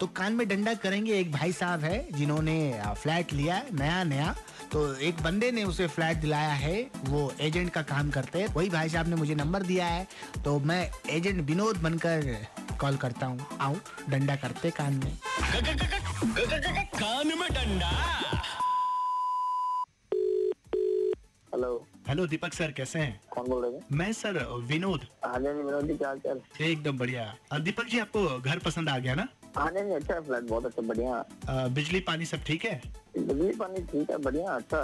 तो कान में डंडा करेंगे एक भाई साहब है जिन्होंने आ, फ्लैट लिया है नया नया तो एक बंदे ने उसे फ्लैट दिलाया है वो एजेंट का काम करते हैं वही भाई साहब ने मुझे नंबर दिया है तो मैं एजेंट विनोद बनकर कॉल करता हूँ आओ डंडा करते कान में कान में डंडा हेलो हेलो दीपक सर कैसे हैं कौन बोल रहे थे मैं सर विनोद हाँ जी विनोद जी क्या हाल चाल एकदम बढ़िया दीपक जी आपको घर पसंद आ गया ना हाँ जी अच्छा है फ्लैट बहुत अच्छा बढ़िया बिजली पानी सब ठीक है बिजली पानी ठीक है बढ़िया अच्छा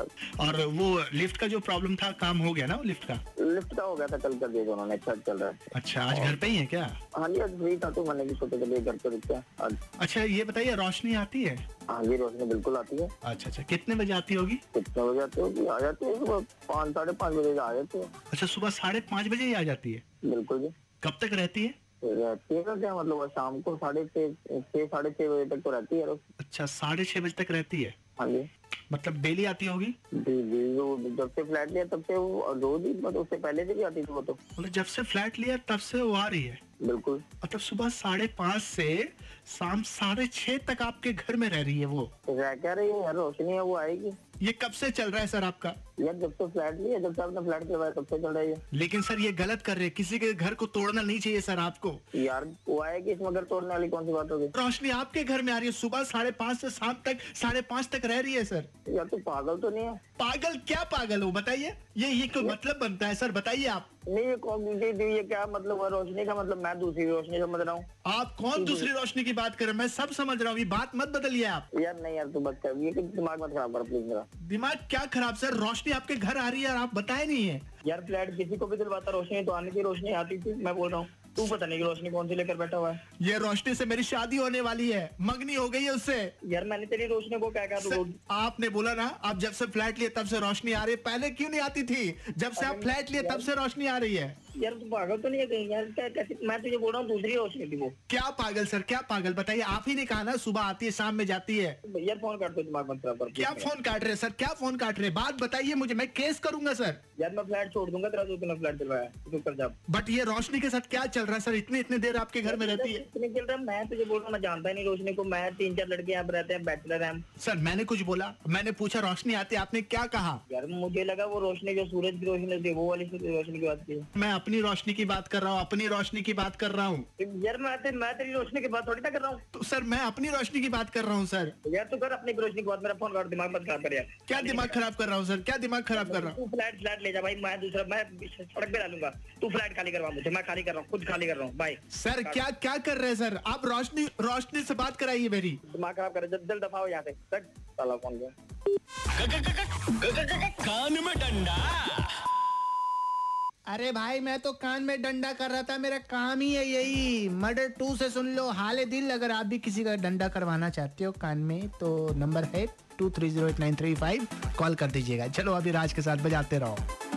और वो लिफ्ट का जो प्रॉब्लम था काम हो गया ना वो लिफ्ट का लिफ्ट का हो गया था कल कर दिया था उन्होंने अच्छा चल रहा है अच्छा आज घर पे ही है क्या हाँ जी आज फ्री था तो मैंने भी सोचा चलिए घर पे रुकते हैं आज अच्छा ये बताइए रोशनी आती है हाँ जी रोशनी बिल्कुल आती है अच्छा अच्छा कितने बजे आती होगी कितने बजे आते हो कि आ जाते हो सुबह पाँच साढ़े पाँच बजे आ जाते हो अच्छा सुबह साढ़े पाँच बजे ही आ जाती है बिल्कुल जी कब तक रहती है फिर रहती है ना क्या मतलब वो शाम को साढ़े छः छः साढ़े छः बजे तक तो रहती है रोशनी। अच्छा साढ़े छह बजे तक रहती है हाँ जी मतलब डेली आती होगी जी जी वो जब से फ्लैट लिया तब से वो रोज ही मतलब उससे पहले से भी आती थी वो तो मतलब जब से फ्लैट लिया तब से वो आ रही है बिल्कुल मतलब सुबह साढ़े पाँच से शाम साढ़े छह तक आपके घर में रह रही है वो रह क्या रही है यार रोशनी है वो आएगी ये कब से चल रहा है सर आपका यार जब से फ्लैट लिया जब से आपने फ्लैट करवाया तब से चल रही है लेकिन सर ये गलत कर रहे हैं किसी के घर को तोड़ना नहीं चाहिए सर आपको यार वो आएगी इसमें घर तोड़ने वाली कौन सी बात होगी रोशनी आपके घर में आ रही है सुबह साढ़े पाँच से शाम तक साढ़े पाँच तक रह रही है सर यार तू पागल तो नहीं है पागल क्या पागल हो बताइए ये ये कोई मतलब बनता है सर बताइए आप नहीं ये कौन दी थी ये क्या मतलब हुआ रोशनी का मतलब मैं दूसरी रोशनी समझ रहा हूँ आप कौन दूसरी रोशनी की बात कर रहे हैं मैं सब समझ रहा हूँ ये बात मत बदलिए आप यार नहीं यार तू बस कर ये कुछ दिमाग मत खराब कर प्लीज मेरा दिमाग क्या खराब सर रोशनी आपके घर आ रही है और आप बताए नहीं है यार फ्लैट किसी को भी दिलवाता रोशनी तो आने की रोशनी आती थी मैं बोल रहा हूँ तू पता नहीं कि रोशनी कौन सी लेकर बैठा हुआ है ये रोशनी से मेरी शादी होने वाली है मगनी हो गई है उससे यार मैंने तेरी रोशनी को क्या कहा तू सर, रोज- आपने बोला ना आप जब से फ्लैट लिए तब से रोशनी आ रही है पहले क्यों नहीं आती थी जब से आप फ्लैट लिए तब से रोशनी आ रही है यार तू पागल तो नहीं है कहीं यार क्या कैसे मैं तुझे बोल रहा हूँ दूसरी रोशनी थी वो क्या पागल सर क्या पागल बताइए आप ही ने कहा ना सुबह आती है शाम में जाती है यार फोन कर दो दिमाग मत खराब कर क्या please मेरा। फोन काट रहे हैं, सर क्या फोन काट रहे हैं? बात बताइए मुझे मैं केस करूंगा सर यार मैं फ्लैट छोड़ दूंगा तेरा जो तूने फ्लैट दिलवाया है। तू कर जा बट ये रोशनी के साथ क्या चल रहा है सर इतने इतने देर आपके घर में रहती है इतने चल रहा है, मैं तुझे बोल रहा हूँ मैं जानता ही नहीं रोशनी को मैं तीन चार लड़के यहाँ पे रहते हैं बैचलर हैं हम। सर मैंने कुछ बोला मैंने पूछा रोशनी आती है, आपने क्या कहा यार मुझे लगा वो रोशनी जो सूरज की रोशनी होती है वो वाली रोशनी की बात की है। मैं अपनी रोशनी की बात कर रहा हूँ अपनी रोशनी की बात कर रहा हूँ तो यार मैं ते, मैं तेरी रोशनी की बात थोड़ी ना कर रहा हूँ तो तो सर मैं अपनी रोशनी की बात कर रहा हूँ सर यार तू कर अपनी रोशनी की बात मेरा फोन कर दिमाग मत खराब कर यार क्या दिमाग खराब कर रहा हूँ सर क्या दिमाग खराब कर रहा हूँ तू फ्लैट फ्लैट ले जा भाई मैं दूसरा मैं सड़क पे डालूंगा तू फ्लैट खाली करवा मुझे मैं खाली कर रहा हूँ खुद खाली कर रहा हूँ भाई सर क्या क्या कर रहे हैं सर आप रोशनी रोशनी से बात कराइए मेरी दिमाग खराब कर जल्द जल्द दफाओ यहाँ से सर साला फोन किया कान में डंडा अरे भाई मैं तो कान में डंडा कर रहा था मेरा काम ही है यही मर्डर टू से सुन लो हाल दिल अगर आप भी किसी का डंडा करवाना चाहते हो कान में तो नंबर है two three zero eight nine three five call कर दीजिएगा चलो अभी राज के साथ बजाते रहो